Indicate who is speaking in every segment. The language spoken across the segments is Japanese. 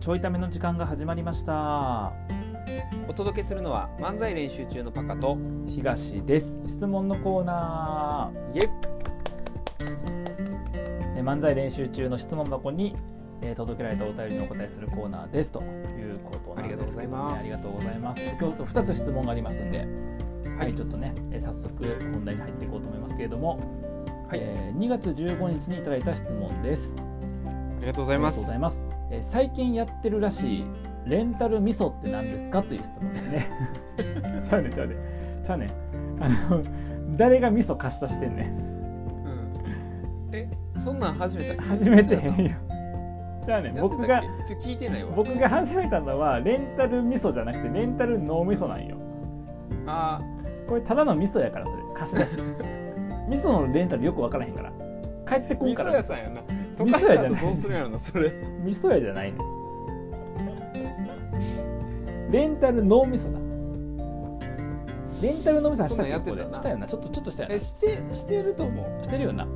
Speaker 1: ちょいための時間が始まりました
Speaker 2: お届けするのは漫才練習中のパカと
Speaker 1: 東です質問のコーナー
Speaker 2: イエイ
Speaker 1: えー漫才練習中の質問箱に、えー届けられたお便りにお答えするコーナーですということなんですけどね、
Speaker 2: あり
Speaker 1: ありがとうございます今日と2つ質問がありますんでは、
Speaker 2: はいい
Speaker 1: ちょっとね、えー早速本題に入っていこうと思いますけれども、
Speaker 2: はい
Speaker 1: えー2月15日にいただいた質問です
Speaker 2: ありがとうご
Speaker 1: あ
Speaker 2: ざい
Speaker 1: り
Speaker 2: ま
Speaker 1: が
Speaker 2: す
Speaker 1: とうございます。えー最近やってるらしいレンタル味噌って何ですかという質問です ね。ちゃうねちゃうねちゃうね。あの誰が味噌貸したしてんねん。
Speaker 2: うんえそんなん初めたっけ
Speaker 1: 初めて
Speaker 2: やってたっけ
Speaker 1: よ。じゃあね僕が
Speaker 2: ちょ聞いてないわ
Speaker 1: 僕が始めたのはレンタル味噌じゃなくてレンタル脳味噌なんよ。
Speaker 2: あ
Speaker 1: これただの味噌やからそれ貸し出し。 味噌のレンタルよく分からへんから。帰って
Speaker 2: ー
Speaker 1: こん
Speaker 2: 味
Speaker 1: か
Speaker 2: 噌
Speaker 1: ら
Speaker 2: 屋
Speaker 1: 味
Speaker 2: さんやな溶かした後どうするやろなそれ
Speaker 1: 噌屋じゃないねん。レンタル脳味噌だ。レンタル脳味噌はしたっけ
Speaker 2: そんなんやって
Speaker 1: ここで
Speaker 2: たな
Speaker 1: したよな。ちょっとちょっとしたよな
Speaker 2: え。してしてると思
Speaker 1: してるよな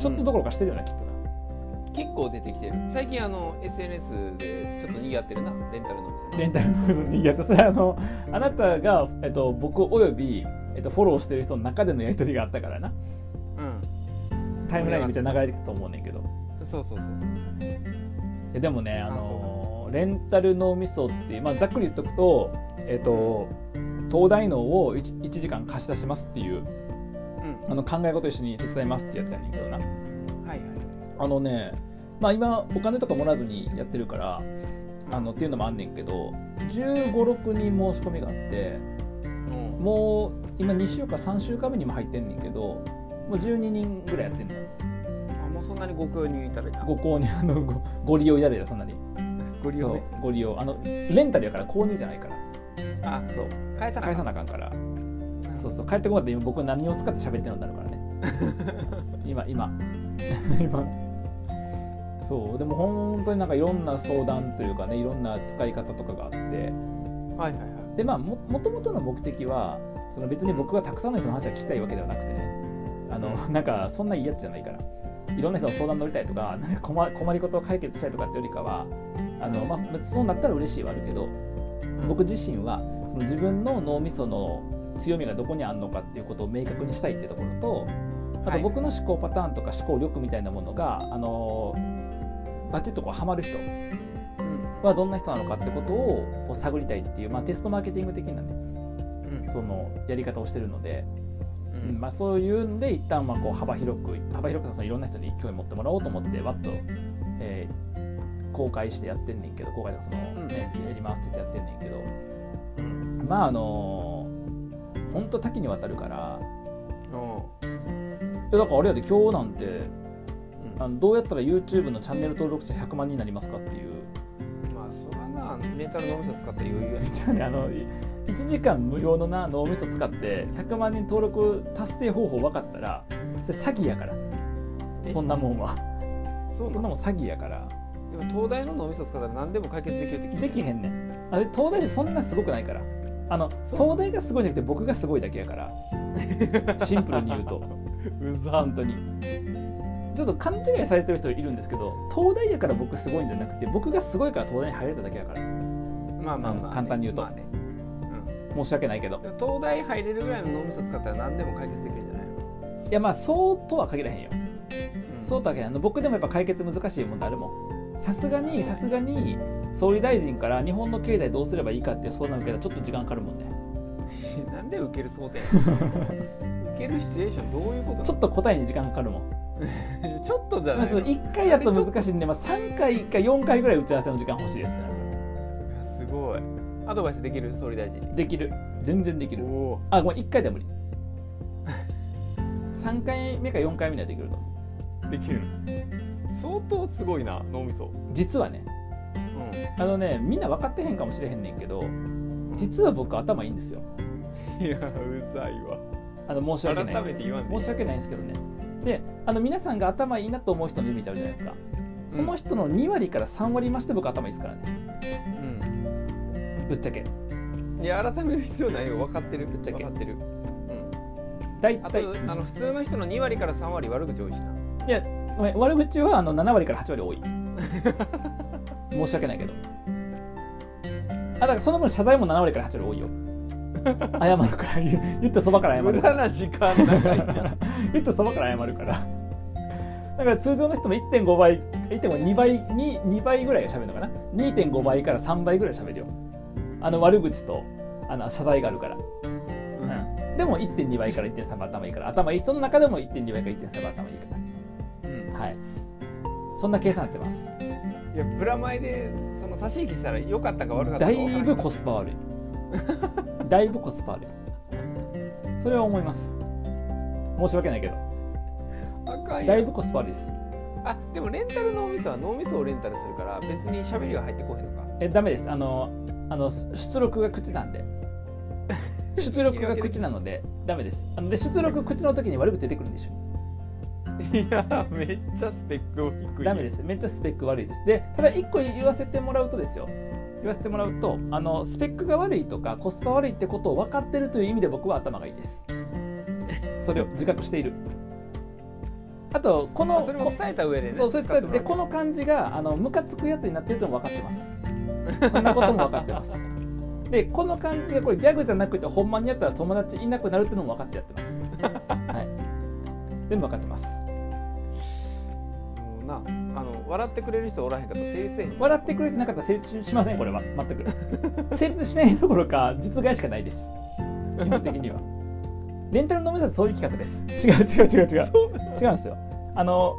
Speaker 1: ちょっとどころかしてるよな、きっとな
Speaker 2: う結構出てきてる最近あの SNS でちょっと賑わってるなレンタルのお店
Speaker 1: レンタルの部分にやってそれあのあなたが、えっと、僕および、えっと、フォローしてる人の中でのやり取りがあったからなタイムラインめっちゃ流れてきたと思うねんけど
Speaker 2: うんそうそうそうそうそう
Speaker 1: ででもねあ
Speaker 2: あ
Speaker 1: のレンタル脳みそっていう、まあ、ざっくり言っとくとえっと東大脳を 1, 時間貸し出しますっていうあの考え事一緒に手伝いますってやつやねんけどな
Speaker 2: うんはいはい
Speaker 1: あのねまあ今お金とかもらわずにやってるからあのっていうのもあんねんけど1 5 6人申し込みがあって
Speaker 2: うん
Speaker 1: もう今2週か3週間目にも入ってんねんけどもう12人ぐらいやってんの
Speaker 2: あもうそんなにご購入いただいた
Speaker 1: ご購入あのごご利用いただいたそんなに
Speaker 2: ご利用ね
Speaker 1: そうご利用あのレンタルやから購入じゃないから
Speaker 2: あ
Speaker 1: そう
Speaker 2: 返さな
Speaker 1: 返さなあかんからそうそう帰ってこなかったら今僕何を使って喋ってるのになるからね今今 今そうでも本当になんかいろんな相談というかねいろんな使い方とかがあって
Speaker 2: はいはいはい
Speaker 1: でまあももともとの目的はその別に僕がたくさんの人の話が聞きたいわけではなくてねあのなんかそんないいやつじゃないからいろんな人の相談乗りたいとかなんか困困りごとを解決したいとかってよりかはあの、まあ、別にそうなったら嬉しいはあるけど僕自身はその自分の脳みその強みがどこにあるのかっていうことを明確にしたいってところとあ
Speaker 2: は
Speaker 1: と
Speaker 2: い
Speaker 1: 僕の思考パターンとか思考力みたいなものが、あのバチッとこうハマる人
Speaker 2: うん
Speaker 1: はどんな人なのかってことをこう探りたいっていう、まあ、テストマーケティング的なね
Speaker 2: うん
Speaker 1: そのやり方をしてるので、
Speaker 2: う
Speaker 1: うん
Speaker 2: ん
Speaker 1: まあ、そういうんで一旦まあこう幅広く幅広くそのいろんな人に興味持ってもらおうと思ってわっと、えー公開してやってんねんけど公開とかその、
Speaker 2: うん
Speaker 1: ねやりますって言ってやってんねんけど
Speaker 2: うん
Speaker 1: まああのーほんと多岐にわたるからいやだからあれやで今日なんて
Speaker 2: うん
Speaker 1: あのどうやったら YouTube のチャンネル登録者100万人になりますかっていう
Speaker 2: まあそらなレンタル脳みそ使ったら余裕や
Speaker 1: じゃあねあのい1時間無料のな脳みそ使って100万人登録達成方法分かったらそれ詐欺やから
Speaker 2: え
Speaker 1: そんなもんは。
Speaker 2: そう
Speaker 1: そ
Speaker 2: なんの
Speaker 1: なもん詐欺やから
Speaker 2: でも東大の脳みそ使ったら何でも解決できるって聞いた
Speaker 1: できへんねんあれ東大ってそんなすごくないからあの
Speaker 2: そう
Speaker 1: 東大がすごいんじゃなくて僕がすごいだけやから シンプルに言うと
Speaker 2: うざ
Speaker 1: 本当にちょっと勘違いされてる人いるんですけど東大やから僕すごいんじゃなくて僕がすごいから東大に入れただけやから
Speaker 2: まあまあ
Speaker 1: あ
Speaker 2: ま
Speaker 1: の
Speaker 2: あ
Speaker 1: 簡単に言うと
Speaker 2: まあねうん
Speaker 1: 申し訳ないけど
Speaker 2: でも東大入れるぐらいの脳みそ使ったら何でも解決できるんじゃないの
Speaker 1: いやまあそうとは限らへんよそう
Speaker 2: う
Speaker 1: とは限らへんあの僕でもやっぱ解決難しい問題あるもんさすがにさすがに総理大臣から日本の経済どうすればいいかっていう相談を受けたらちょっと時間かかるもんね
Speaker 2: ん なんで受ける想定 受けるシチュエーションどういうことなの
Speaker 1: ちょっと答えに時間かかるもん
Speaker 2: ちょっとじゃ
Speaker 1: ま
Speaker 2: な
Speaker 1: あ、
Speaker 2: い
Speaker 1: ちょ
Speaker 2: の
Speaker 1: っと1回やったら難しいんで、まあ、3回か4回ぐらい打ち合わせの時間欲しいですってなる
Speaker 2: すごいアドバイスできる総理大臣に
Speaker 1: できる全然でき
Speaker 2: お
Speaker 1: る
Speaker 2: お
Speaker 1: あごめん1回では無理3回目か4回目にはできると思
Speaker 2: ーできる相当すごいな脳みそう
Speaker 1: 実はね
Speaker 2: うん
Speaker 1: あのねみんな分かってへんかもしれへんねんけど実は僕頭いいんですよ
Speaker 2: いやうざいわ
Speaker 1: あの申し
Speaker 2: 改
Speaker 1: 訳ないで
Speaker 2: めて言わん
Speaker 1: す申し訳ないですけどねであの皆さんが頭いいなと思う人のイメージあるじゃないですかその人の2割から3割増して僕頭いいですからね
Speaker 2: う
Speaker 1: ぶっちゃけ
Speaker 2: ん、いや改める必要ないよ分かってる
Speaker 1: ぶっちゃけ
Speaker 2: 分かってる、うん、
Speaker 1: 大
Speaker 2: あ
Speaker 1: 体
Speaker 2: と、あの普通の人の2割から3割悪口多いしない
Speaker 1: やごめん悪口はあの7割から8割多い申し訳ないけどあだからその分謝罪も7割から8割多いよ謝るから言言ったそばから謝
Speaker 2: 無
Speaker 1: るか
Speaker 2: 駄
Speaker 1: ら
Speaker 2: な時間長いな
Speaker 1: 言ったそばから謝るからだから通常の人の1.5倍1.52倍に2倍ぐらいは喋るのかな2.5倍から3倍ぐらい喋るよあの悪口とあの謝罪があるからでも1.2倍から1.3倍頭いいから頭いい人の中でも1.2倍から1.3倍頭いいか
Speaker 2: うんうん
Speaker 1: らはいそんな計算になってます
Speaker 2: いやプラマイでその差し引きしたら良かったか悪かった
Speaker 1: だ
Speaker 2: か
Speaker 1: い
Speaker 2: 分からん
Speaker 1: ぶコスパ悪いだいぶ コスパ悪いそれは思います申し訳ないけど
Speaker 2: あかんやん
Speaker 1: だいぶコスパ悪いです
Speaker 2: あでもレンタル脳みそは脳みそをレンタルするから別に喋りは入ってこへんのか
Speaker 1: えダメですあのあのす出力が口 なんで出力が口なのでダメですあので出力口の時に悪く出てくるんでしょ
Speaker 2: いやめっちゃスペックを低い
Speaker 1: ダメですめっちゃスペック悪いですでただ1個言わせてもらうとですよ言わせてもらうとあのスペックが悪いとかコスパ悪いってことを分かってるという意味で僕は頭がいい ですそれを自覚しているあとこの
Speaker 2: あそれも伝えた上でね
Speaker 1: そうそれ伝えてでこ
Speaker 2: の
Speaker 1: の感じがあのムカつくやつになってるとも分かってますそんなことも分かってます でこの感じがこれギャグじゃなくてほんまにやったら友達いなくなるっていうのも分かってやってます、はい、全部分かってます
Speaker 2: もうなあの笑ってくれる人おらへんかったら成立せえへん
Speaker 1: 笑ってくれる人なかったら成立しませんこれは全く 成立しないどころか実害しかないです基本的にはレンタルのみだとそういう企画です違う違う違う違う
Speaker 2: そう
Speaker 1: 違うんですよあの、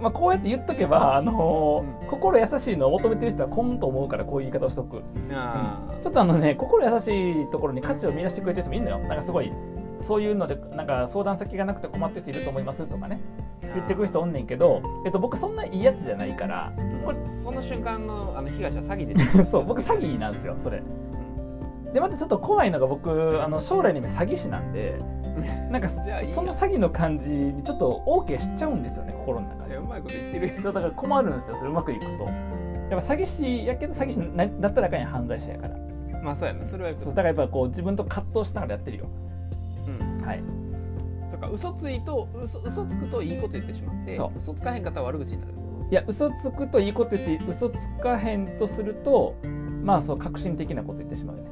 Speaker 1: まあ、こうやって言っとけば、あのー心優しいのを求めてる人はこんと思うからこういう言い方をしとく
Speaker 2: あ
Speaker 1: ちょっとあのね心優しいところに価値を見出してくれてる人もいるのよなんかすごいそういうのでなんか相談先がなくて困ってる人いると思いますとかね言ってくる人おんねんけど、えっと、僕そんないいやつじゃないから
Speaker 2: これその瞬間のあの東は詐欺 で
Speaker 1: そう僕詐欺なんですよそれでまたちょっと怖いのが僕あの将来の夢詐欺師なんでなんか
Speaker 2: じゃあいいや
Speaker 1: その詐欺の感じにちょっと OK しちゃうんですよね心の中
Speaker 2: い
Speaker 1: で
Speaker 2: やうまいこと言ってる
Speaker 1: だから困るんですよそれうまくいくとやっぱ詐欺師やけど詐欺師にななったらあかんやん犯罪者やから
Speaker 2: まあそうやなそれはよく
Speaker 1: そうだからやっぱこう自分と葛藤しながらやってるよ
Speaker 2: うん
Speaker 1: はい
Speaker 2: そっか嘘ついと嘘嘘つくといいこと言ってしまって
Speaker 1: そう
Speaker 2: 嘘つかへんかったら悪口になる
Speaker 1: いや嘘つくといいこと言って嘘つかへんとするとまあそう革新的なこと言ってしまうよね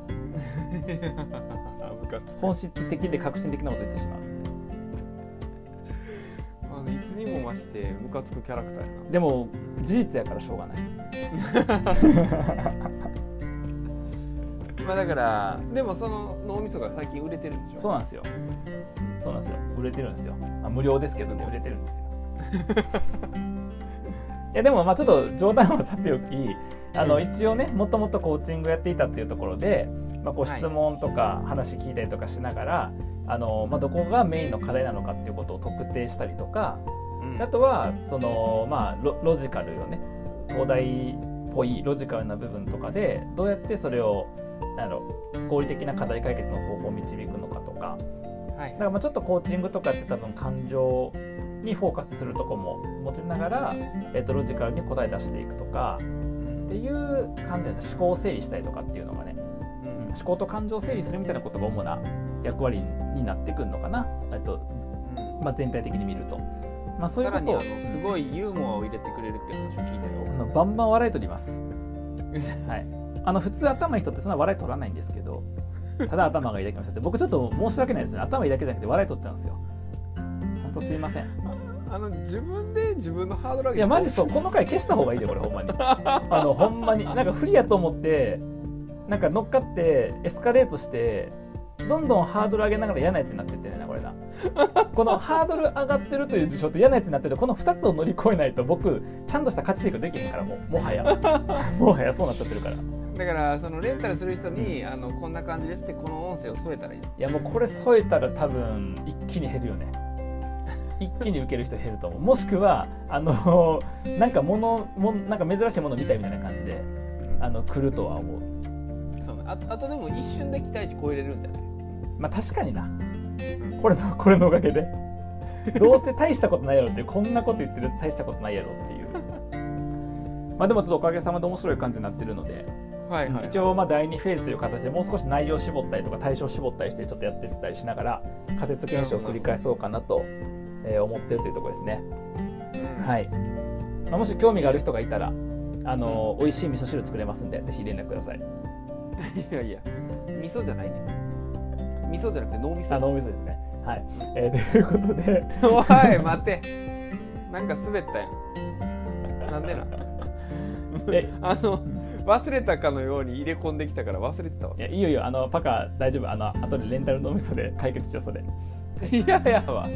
Speaker 2: 部活
Speaker 1: 本質的で革新的なこと言ってしまう
Speaker 2: あのいつにも増してムカつくキャラクターやな
Speaker 1: でも事実やからしょうがない
Speaker 2: まあだからでもその脳みそが最近売れてるんでしょ
Speaker 1: そうなんですよ。そうなんですよ。売れてるんですよ。まあ、無料ですけどね、
Speaker 2: そう
Speaker 1: 売れてるんですよ。 いやでもまあちょっと冗談はさておき、あの
Speaker 2: うん
Speaker 1: 一応ね、もともとコーチングやっていたっていうところで、まあこう
Speaker 2: はい
Speaker 1: 質問とか話聞いたりとかしながら、あのまあどこがメインの課題なのかっていうことを特定したりとか、
Speaker 2: うん
Speaker 1: あとはそのまあロロジカルよね東大っぽいロジカルな部分とかでどうやってそれをあの合理的な課題解決の方法を導くのかとか
Speaker 2: はい
Speaker 1: だからまあちょっとコーチングとかって多分感情にフォーカスするとこも持ちながら、えっとロジカルに答え出していくとかっていう感じで思考を整理したりとかっていうのがね
Speaker 2: うん
Speaker 1: 思考と感情を整理するみたいなことが主な役割になってくるのかな、えっとまあ、全体的に見ると。まあ、そうい
Speaker 2: さ
Speaker 1: う
Speaker 2: ら
Speaker 1: こと
Speaker 2: にあ
Speaker 1: を
Speaker 2: のすごいユーモアを入れてくれるって話を聞いた
Speaker 1: あの
Speaker 2: よ
Speaker 1: バンバン笑い取ります。はい。あの普通頭いい人ってそんな笑い取らないんですけど、ただ頭がいいだけの人って僕ちょっと申し訳ないですね。頭いいだけじゃなくて笑い取っちゃうんですよ。本当すいません。
Speaker 2: あの自分で自分のハードル上げ
Speaker 1: いやマジそうこの回消した方がいいでこれほんまに。あのほんまになんか不利やと思ってなんか乗っかってエスカレートして。どんどんハードル上げながら嫌なやつになってってねなこれなこのハードル上がってるという事象と嫌なやつになってるこの2つを乗り越えないと僕ちゃんとした価値提供できへんからもうもはやもはやそうなっちゃってるから
Speaker 2: だからそのレンタルする人にあのこんな感じですってこの音声を添えたらいい
Speaker 1: いやもうこれ添えたら多分一気に減るよね一気に受ける人減ると思うもしくはあのなんかものもなんか珍しいもの見たいみたいな感じであの来るとは思う
Speaker 2: そうねあとあとでも一瞬で期待値超えれるんじゃない
Speaker 1: まあ確かになこれのこ れのおかげでどうせ大したことないやろっていうこんなこと言ってるやつ大したことないやろっていうまあでもちょっとおかげさまで面白い感じになってるので
Speaker 2: はいはい、
Speaker 1: 一応まあ第2フェーズという形でもう少し内容を絞ったりとか対象を絞ったりしてちょっとやってったりしながら仮説検証を繰り返そうかなと、えー思ってるというところですね。
Speaker 2: うん
Speaker 1: はいまあもし興味がある人がいたらあの、美味しい味噌汁作れますんでぜひ連絡ください
Speaker 2: いやいや味噌じゃないね味噌じゃなくて脳みそ
Speaker 1: あのお店ですねはい、えーということ で
Speaker 2: おい待てなんか滑ったやんなんでな
Speaker 1: え
Speaker 2: あの
Speaker 1: ん
Speaker 2: 忘れたかのように入れ込んできたから忘れてたわ
Speaker 1: いやいいよいいよあのパカ大丈夫あの後でレンタル脳みそで解決しようそれ
Speaker 2: いややわ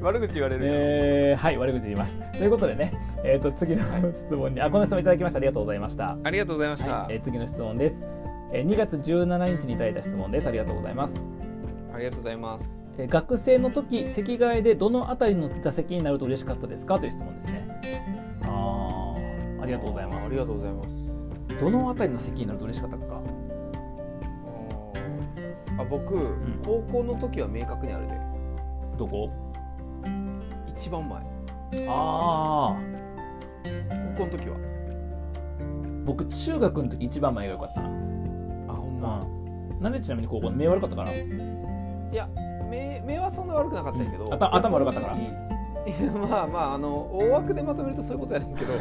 Speaker 2: 悪口言われるよ、
Speaker 1: えーはい悪口言いますということでねえっ、と次の質問にあこの質問いただきましたありがとうございました
Speaker 2: ありがとうございました、
Speaker 1: はい、えー次の質問です、えー2月17日にいただいた質問ですありがとうございます、
Speaker 2: ありがとうございます
Speaker 1: えー学生の時席替えでどのあたりの座席になると嬉しかったですかという質問ですねあーありがとうございます
Speaker 2: ありがとうございます
Speaker 1: どのあたりの席になると嬉しかったか
Speaker 2: あ僕、
Speaker 1: ん
Speaker 2: 高校の時は明確にあるで
Speaker 1: どこ
Speaker 2: 一番前
Speaker 1: ああ
Speaker 2: 高校の時は
Speaker 1: 僕中学の時一番前が良かったな、
Speaker 2: あほんま
Speaker 1: うん、なんでちなみに高校目悪かったから
Speaker 2: いや目目はそんな悪くなかったんやけど、
Speaker 1: うん頭頭悪かったから
Speaker 2: いやまあまああの大枠でまとめるとそういうことやね んけど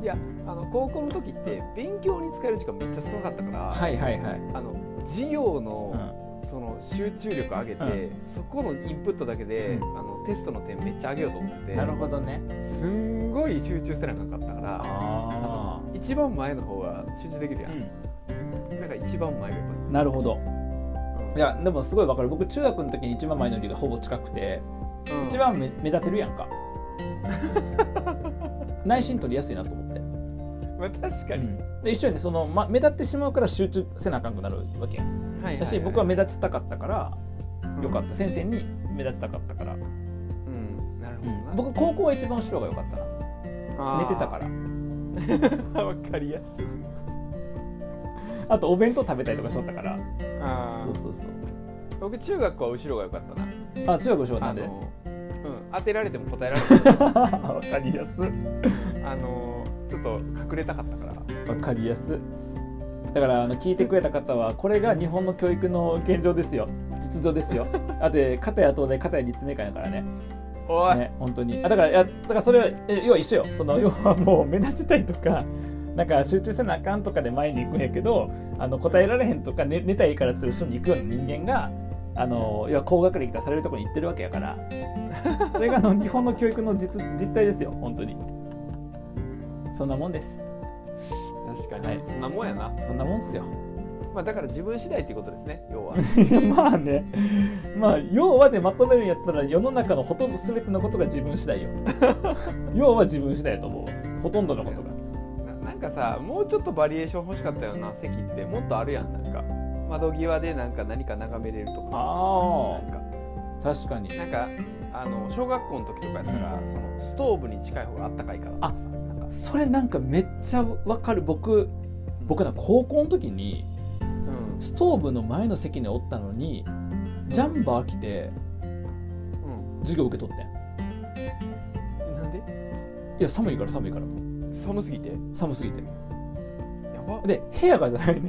Speaker 2: いやあの高校の時って勉強に使える時間めっちゃ少なかったから、
Speaker 1: いはいはい、
Speaker 2: あの授業
Speaker 1: う
Speaker 2: の,、
Speaker 1: ん、
Speaker 2: その集中力上げて、そこのインプットだけで、
Speaker 1: うん
Speaker 2: あのテストの点めっちゃ上げようと思って
Speaker 1: なるほどね
Speaker 2: すんごい集中せなあかんかったから
Speaker 1: あ
Speaker 2: 一番前の方は集中できる
Speaker 1: あ
Speaker 2: やん、
Speaker 1: う
Speaker 2: なんか一番前がやっぱ
Speaker 1: んなるほど
Speaker 2: うん
Speaker 1: いやでもすごいわかる僕中学の時に一番前の理がほぼ近くて
Speaker 2: うん
Speaker 1: 一番目目立てるやん か内心取りやすいなと思って、
Speaker 2: まあ、確かに、
Speaker 1: で一緒にねその、ま、目立ってしまうから集中せなあかんくなるわけやん
Speaker 2: はい
Speaker 1: だし僕は目立ちたかったからよかった先生に目立ちたかったから、
Speaker 2: た、うん、なるほどな、
Speaker 1: 僕高校は一番後ろが良かったな寝てたからら
Speaker 2: わかりやすい。
Speaker 1: あとお弁当食べたりとかしとったから
Speaker 2: あ
Speaker 1: そうそうそう
Speaker 2: ー僕中学は後ろが良かったな。
Speaker 1: あ中学後ろな
Speaker 2: あ
Speaker 1: んで
Speaker 2: の、うん、当てられても答えられても、
Speaker 1: わかりやす
Speaker 2: あのちょっと隠れたかったから。
Speaker 1: わかりやすだからあの聞いてくれた方はこれが日本の教育の現状ですよ実情ですよあで片や東大片や立命館やからね
Speaker 2: おい、
Speaker 1: ね本当にあだからいやだからそれはえ要は一緒よその要はもう目立ちたいとかなんか集中せなあかんとかで前に行くんやけどあの答えられへんとか、ね、寝たいからって後ろに行くような人間があの要は高学歴出されるところに行ってるわけやから それがあの日本の教育の実実態ですよ本当にそんなもんです
Speaker 2: 確かに、
Speaker 1: はい
Speaker 2: そんなもんやな。
Speaker 1: そんなもんっす よ
Speaker 2: まあだから自分次第っていうことですね。要は。
Speaker 1: いやまあねまあ要はでまとめるんやったら世の中のほとんど全てのことが自分次 第よ要は自分次第やと思うわほとんどのことが
Speaker 2: ななんかさ、もうちょっとバリエーション欲しかったよな席ってもっとあるやんなんか。窓際でなんか何か眺めれるとかさ。
Speaker 1: あ
Speaker 2: なんか
Speaker 1: あ確かに
Speaker 2: なんかあの小学校の時とかやったら、そのストーブに近い方があったかいからとかさ。なんか
Speaker 1: それなんかめっちゃわかる僕僕な高校の時に
Speaker 2: うん
Speaker 1: ストーブの前の席におったのにジャンバー着て
Speaker 2: う
Speaker 1: 授業受け取ってん
Speaker 2: ん。なんで？
Speaker 1: いや寒いから寒いから
Speaker 2: 寒すぎてや
Speaker 1: 寒すぎて
Speaker 2: ば
Speaker 1: で部屋がじゃないね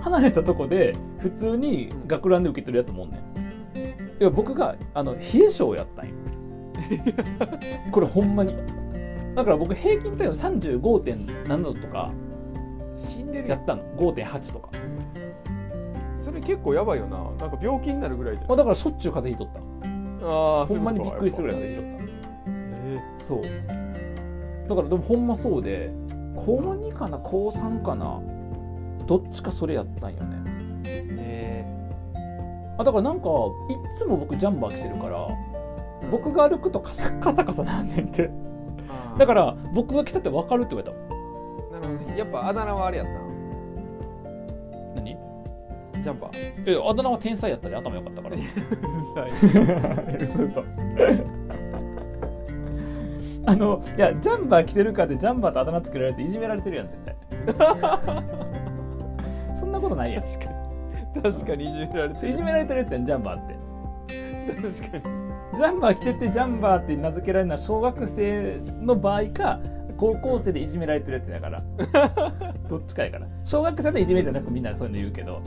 Speaker 1: 離れたとこで普通に学ランで受け取るやつもおんねんいや僕があの冷え性やったんよこれほんまにだから僕平均体温35.7度とか
Speaker 2: 死んでる
Speaker 1: や
Speaker 2: やん
Speaker 1: ったの5.8とか、
Speaker 2: それ結構やばいよななんか病気になるぐらいじゃん
Speaker 1: まあ、だからしょっちゅう風邪ひいとった
Speaker 2: ああ
Speaker 1: ほんまにびっくりするぐらい風邪ひいとったそうだからでもほんまそうで高2かな高3かなどっちかそれやったんよね
Speaker 2: え
Speaker 1: あだからなんかいっつも僕ジャンバー着てるから僕が歩くとカサカサカサなんねんてだからら僕が来たって分かるって言われた
Speaker 2: なるほどねやっぱあだ名はあれやった
Speaker 1: 何
Speaker 2: なジャンパー
Speaker 1: えあだ名は天才やったで頭良かったから 嘘嘘あのいやジャンバー着てるかでジャンバーとあだ名つけられるやついじめられてるやん絶 対そんなことないやん
Speaker 2: 確かに 確かにいじめられて
Speaker 1: いじ
Speaker 2: る
Speaker 1: められてるやつやんジャンバーって
Speaker 2: 確かに
Speaker 1: ジャンバー着ててジャンバーって名付けられるのは小学生の場合か高校生でいじめられてるやつだ からどっちかやから小学生でいじめじゃなくみんなそういうの言うけど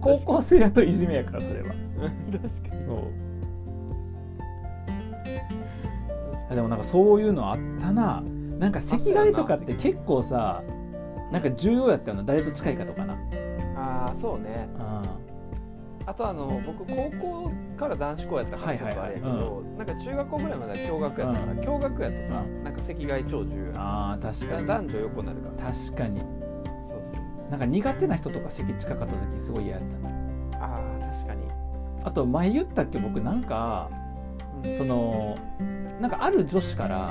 Speaker 1: 高校生やといじめやからそれは
Speaker 2: 確かに
Speaker 1: そうあでもなんかそういうのあったななんか赤外とかって結構さなんか重要やったよな誰と近いかとかな
Speaker 2: ああそうね
Speaker 1: あ
Speaker 2: あとあの僕高校から男子校やったからちょっとあれやけど、
Speaker 1: はいはいは
Speaker 2: なんか中学校ぐらいまでは共学やったから、
Speaker 1: うん
Speaker 2: 共学やとさ、
Speaker 1: う
Speaker 2: なんか赤外超重要や
Speaker 1: あー確か
Speaker 2: だ
Speaker 1: に
Speaker 2: 男女横になるから
Speaker 1: 確かに
Speaker 2: そうそう
Speaker 1: なんか苦手な人とか席近かった時すごい嫌やったな
Speaker 2: あー確かに、
Speaker 1: あと前言ったっけ僕なんか
Speaker 2: うん
Speaker 1: そのなんかある女子から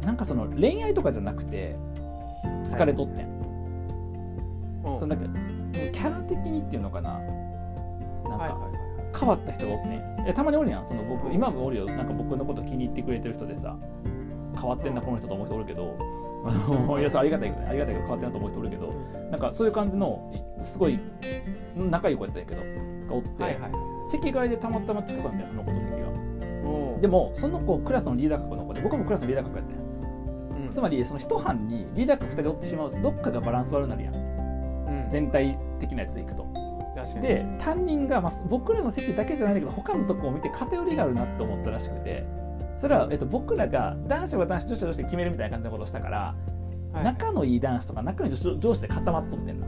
Speaker 2: うん
Speaker 1: なんかその恋愛とかじゃなくて疲れとってん、
Speaker 2: うん
Speaker 1: そのなんかもうキャラ的にっていうのかななん
Speaker 2: はいはい
Speaker 1: か
Speaker 2: はい
Speaker 1: 変わった人がおってんえたまにおるやんその僕
Speaker 2: うん
Speaker 1: 今もおるよなんか僕のこと気に入ってくれてる人でさ変わってんなこの人と思う人おるけどあのいやそれありがたいけどありがたいけど変わってんなと思う人おるけどなんかそういう感じのいすごい仲良い子やったんやけどがおって、
Speaker 2: はいはいは
Speaker 1: 席替えでたまたま近かったんやその子と席が
Speaker 2: いもう
Speaker 1: でもその子クラスのリーダー格の子で僕もクラスのリーダー格やったんや
Speaker 2: うん
Speaker 1: つまりその一班にリーダー格2人おってしまうとどっかがバランス悪くなるやん
Speaker 2: うん
Speaker 1: 全体的なやつでいくと
Speaker 2: 確かに
Speaker 1: で担任が、まあ、僕らの席だけじゃないんだけど他のとこを見て偏りがあるなって思ったらしくてそれは、えっと、僕らが男子は男子女子は女子で決めるみたいな感じのことをしたから、
Speaker 2: はい
Speaker 1: 仲のいい男子とか仲のいい女子上司で固まっとってんの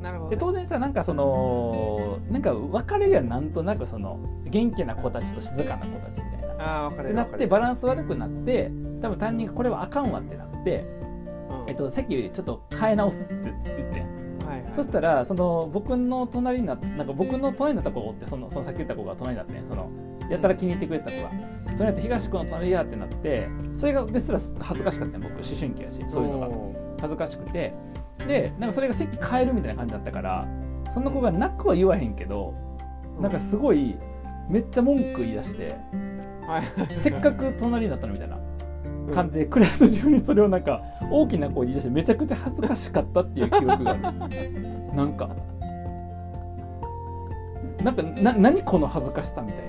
Speaker 2: なるほ
Speaker 1: で
Speaker 2: ど
Speaker 1: 当然さなんかそのなんか別れるやんなんとなくその元気な子たちと静かな子たちみたいな
Speaker 2: ああ分
Speaker 1: で
Speaker 2: かれる
Speaker 1: な
Speaker 2: 分
Speaker 1: っ
Speaker 2: か
Speaker 1: て
Speaker 2: れる
Speaker 1: バランス悪くなって多分担任がこれはあかんわってなって、
Speaker 2: うん
Speaker 1: えっと、席ちょっと変え直すって言ってん
Speaker 2: はいはい
Speaker 1: そしたらその僕の隣にななんか僕の隣になった子がおってそのそのさっき言った子が隣になってねそのやたら気に入ってくれてた子が隣になって東君の隣やってなってそれがですら恥ずかしかったね僕思春期やしそういうのが
Speaker 2: おー
Speaker 1: 恥ずかしくてでなんかそれが席変えるみたいな感じだったからその子がなくは言わへんけどなんかすごいめっちゃ文句言い出して
Speaker 2: はい
Speaker 1: せっかく隣になったのみたいな感じでクラス中にそれをなんか大きな声で言い出してめちゃくちゃ恥ずかしかったっていう記憶があるなんかなんかな何この恥ずかしさみた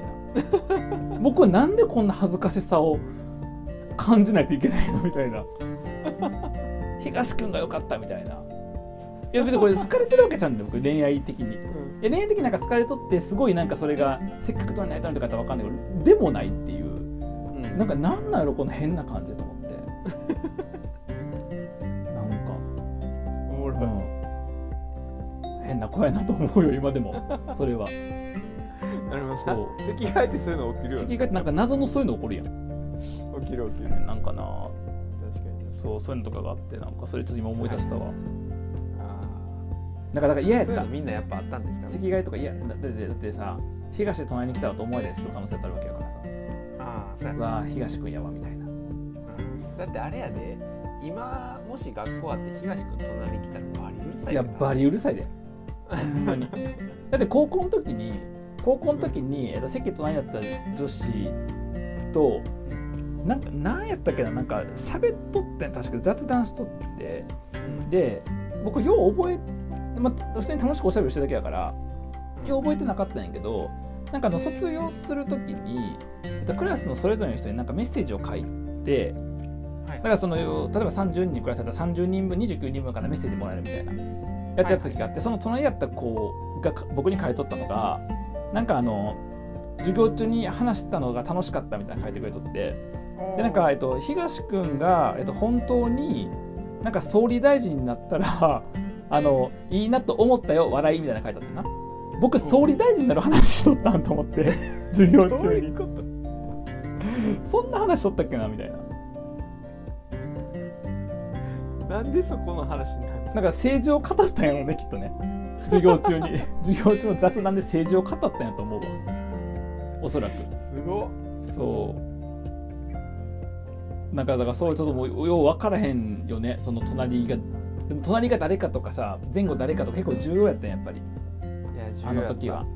Speaker 1: いな僕はなんでこんな恥ずかしさを感じないといけないのみたいな東君が良かったみたいないや別にこれ好かれてるわけじゃうんだよ僕恋愛的に
Speaker 2: うん
Speaker 1: いや恋愛的になんか好かれとってすごいなんかそれがせっかくとになりたいとかって分かんないけどでもないっていう
Speaker 2: うん
Speaker 1: なんかなんなんやろこの変な感じと思ってなんか、
Speaker 2: おもろい
Speaker 1: うん、変な子やなと思うよ今でもそれは
Speaker 2: なるほ
Speaker 1: そう
Speaker 2: どな咳がえてそういうの起きるよ
Speaker 1: 次
Speaker 2: ね
Speaker 1: がなんか謎のそういうの起こるやん
Speaker 2: 起きるよし確
Speaker 1: なんかな
Speaker 2: かに
Speaker 1: そうそういうのとかがあってなんかそれちょっと今思い出したわ、な
Speaker 2: あ
Speaker 1: んかだから
Speaker 2: ー
Speaker 1: 嫌やっ
Speaker 2: そういう
Speaker 1: た
Speaker 2: のみんなやっぱあったんですかね
Speaker 1: 席替えとか嫌やだってだってだってさ東で隣に来たわと思われたりする可能性だってあるわけやからさ
Speaker 2: ああそうや
Speaker 1: う
Speaker 2: な
Speaker 1: わー東君やわみたいな
Speaker 2: うんだってあれやで今もし学校あって東君隣に来たらバリうるさい
Speaker 1: いや
Speaker 2: よ
Speaker 1: バリうるさいでほんまに だって高校の時に高校の時に、えっと、席隣だった女子となんかなんやったっけななんか喋っとってん確か雑談しとって
Speaker 2: うん
Speaker 1: で僕よう覚え、まあ、普通に楽しくおしゃべりしてるだけやからよう覚えてなかったんやけどなんかあの卒業する時に、えっと、クラスのそれぞれの人になんかメッセージを書いて
Speaker 2: はい
Speaker 1: だからその例えば30人暮らせたら30人分29人分からメッセージもらえるみたいなやってやった時があって、その隣だった子がか僕に書いとったのがなんかあの授業中に話したのが楽しかったみたいなの書いてくれとってでなんか、えっと、東君が、えっと、本当になんか総理大臣になったら あのいいなと思ったよ笑いみたいなの書いてあってな僕総理大臣になる話しとったんと思って授業
Speaker 2: どう
Speaker 1: 中
Speaker 2: い
Speaker 1: に
Speaker 2: うこと
Speaker 1: そんな話しとったっけなみたいな
Speaker 2: なんでそこの話になるの
Speaker 1: なんか政治を語ったんやろうねきっとね授業中 に授業中の雑談で政治を語ったんやと思うわおそらく
Speaker 2: すごっ
Speaker 1: そうなんかだからそうちょっともうよう分からへんよねその隣がでも隣が誰かとかさ前後誰かとか結構重要やったんやっぱり
Speaker 2: いや重要
Speaker 1: あの時は、
Speaker 2: うん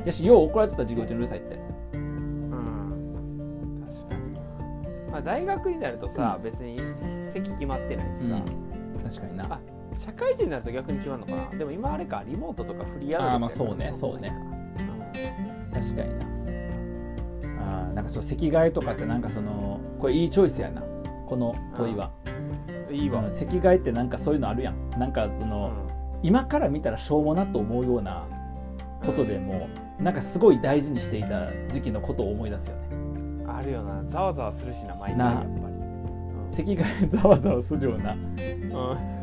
Speaker 1: うん、やしよう怒られてた授業中にうるさいって
Speaker 2: うん確かにな、まあ、大学になるとさ、
Speaker 1: う
Speaker 2: 別に席決まってないし
Speaker 1: う
Speaker 2: さ、
Speaker 1: ん確かにな
Speaker 2: あ社会人になると逆に決まるのかなでも今あれかリモートとかフリーアドレスやから
Speaker 1: あーまあそうねそうね
Speaker 2: う
Speaker 1: 確かになあーなんかちょっと席替えとかってなんかそのこれいいチョイスやなこの問いは
Speaker 2: んいいわ、
Speaker 1: う
Speaker 2: うんん
Speaker 1: 席替えってなんかそういうのあるやんなんかその、今から見たらしょうもなと思うようなことでも、なんかすごい大事にしていた時期のことを思い出すよね
Speaker 2: あるよなざわざわするしな毎回
Speaker 1: な
Speaker 2: やっぱり
Speaker 1: 席がざわざわするような
Speaker 2: う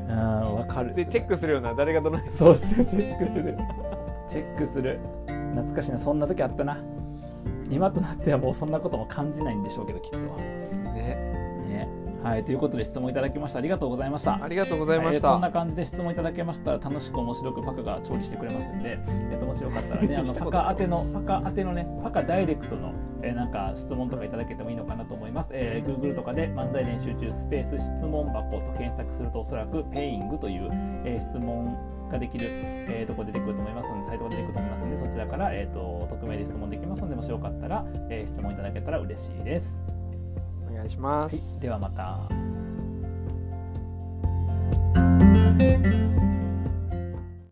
Speaker 1: あーわかる
Speaker 2: ん、でチェックするような誰がどの
Speaker 1: そうっすよチェックするチェックする懐かしいなそんな時あったな今となってはもうそんなことも感じないんでしょうけどきっと
Speaker 2: ね
Speaker 1: ねはいということで質問いただきましたありがとうございました
Speaker 2: ありがとうございまし
Speaker 1: えー
Speaker 2: た、
Speaker 1: こんな感じで質問いただけましたら楽しく面白くパカが調理してくれますんで、えー、ともしよかったら ねあの
Speaker 2: した
Speaker 1: パ
Speaker 2: こと
Speaker 1: カ宛てのパカ宛てのねパカダイレクトの、えーなんか質問とかいただけてもいいのかなと思います、えー Google とかで漫才練習中スペース質問箱と検索するとおそらくペイングという、えー質問ができる、えーとこ出てくると思いますのでサイトが出てくると思いますのでそちらから、えー、と匿名で質問できますのでもしよかったら、えー質問いただけたら嬉しいです、
Speaker 2: お願いしま
Speaker 1: は
Speaker 2: す、
Speaker 1: い、ではまた